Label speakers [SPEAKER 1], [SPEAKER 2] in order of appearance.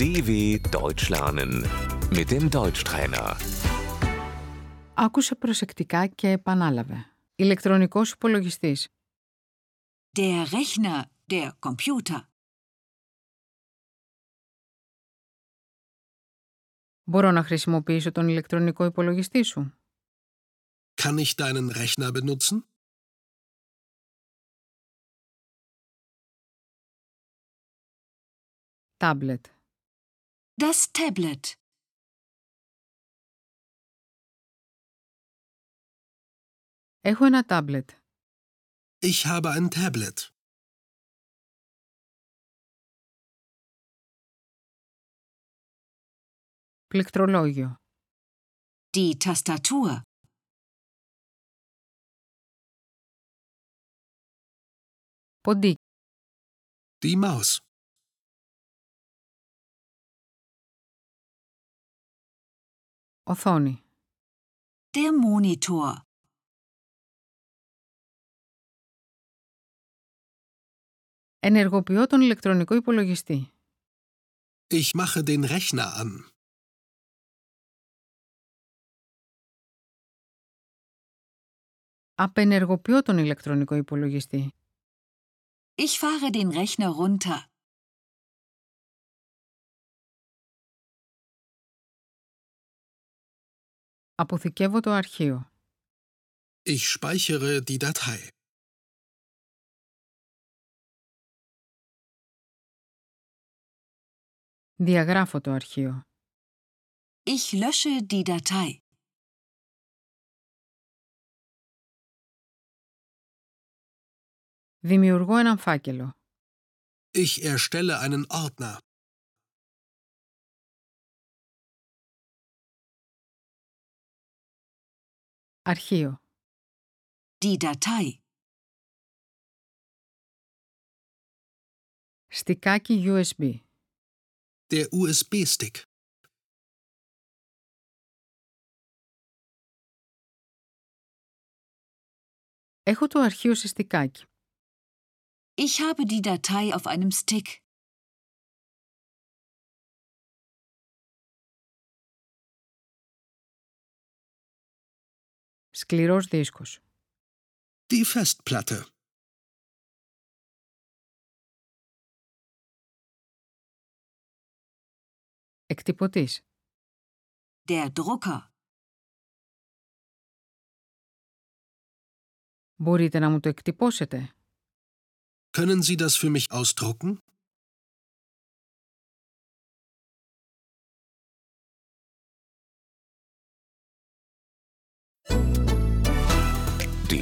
[SPEAKER 1] DW Deutsch lernen mit dem Deutschtrainer.
[SPEAKER 2] Άκουσε προσεκτικά και επανάλαβε. Ηλεκτρονικός υπολογιστής.
[SPEAKER 3] Der Rechner, der Computer,
[SPEAKER 2] Μπορώ να χρησιμοποιήσω τον ηλεκτρονικό υπολογιστή σου.
[SPEAKER 4] Kann ich deinen Rechner benutzen?
[SPEAKER 2] Τάμπλετ.
[SPEAKER 3] das Tablet,
[SPEAKER 2] Έχω ένα τάμπλετ.
[SPEAKER 4] Ich habe ein Tablet.
[SPEAKER 2] Πληκτρολόγιο.
[SPEAKER 3] die Tastatur,
[SPEAKER 2] Ποντίκι.
[SPEAKER 4] Die Maus.
[SPEAKER 2] Οθόνη.
[SPEAKER 3] der Monitor,
[SPEAKER 2] Ενεργοποιώ τον ηλεκτρονικό υπολογιστή.
[SPEAKER 4] Ich mache den Rechner an.
[SPEAKER 2] Απενεργοποιώ τον ηλεκτρονικό υπολογιστή.
[SPEAKER 3] ich fahre den Rechner runter,
[SPEAKER 2] Αποθηκεύω το αρχείο.
[SPEAKER 4] Ich speichere die Datei.
[SPEAKER 2] Διαγράφω το αρχείο.
[SPEAKER 3] ich lösche die Datei,
[SPEAKER 2] Δημιουργώ έναν φάκελο.
[SPEAKER 4] Ich erstelle einen Ordner.
[SPEAKER 2] Αρχείο.
[SPEAKER 3] die Datei,
[SPEAKER 2] Στικάκι USB.
[SPEAKER 4] Der USB-Stick.
[SPEAKER 2] Έχω το αρχείο σε στικάκι.
[SPEAKER 3] ich habe die Datei auf einem Stick,
[SPEAKER 2] Σκληρός δίσκος.
[SPEAKER 4] Die Festplatte.
[SPEAKER 2] Εκτυπωτής.
[SPEAKER 3] der Drucker,
[SPEAKER 2] Μπορείτε να μου το εκτυπώσετε.
[SPEAKER 4] Können Sie das für mich ausdrucken?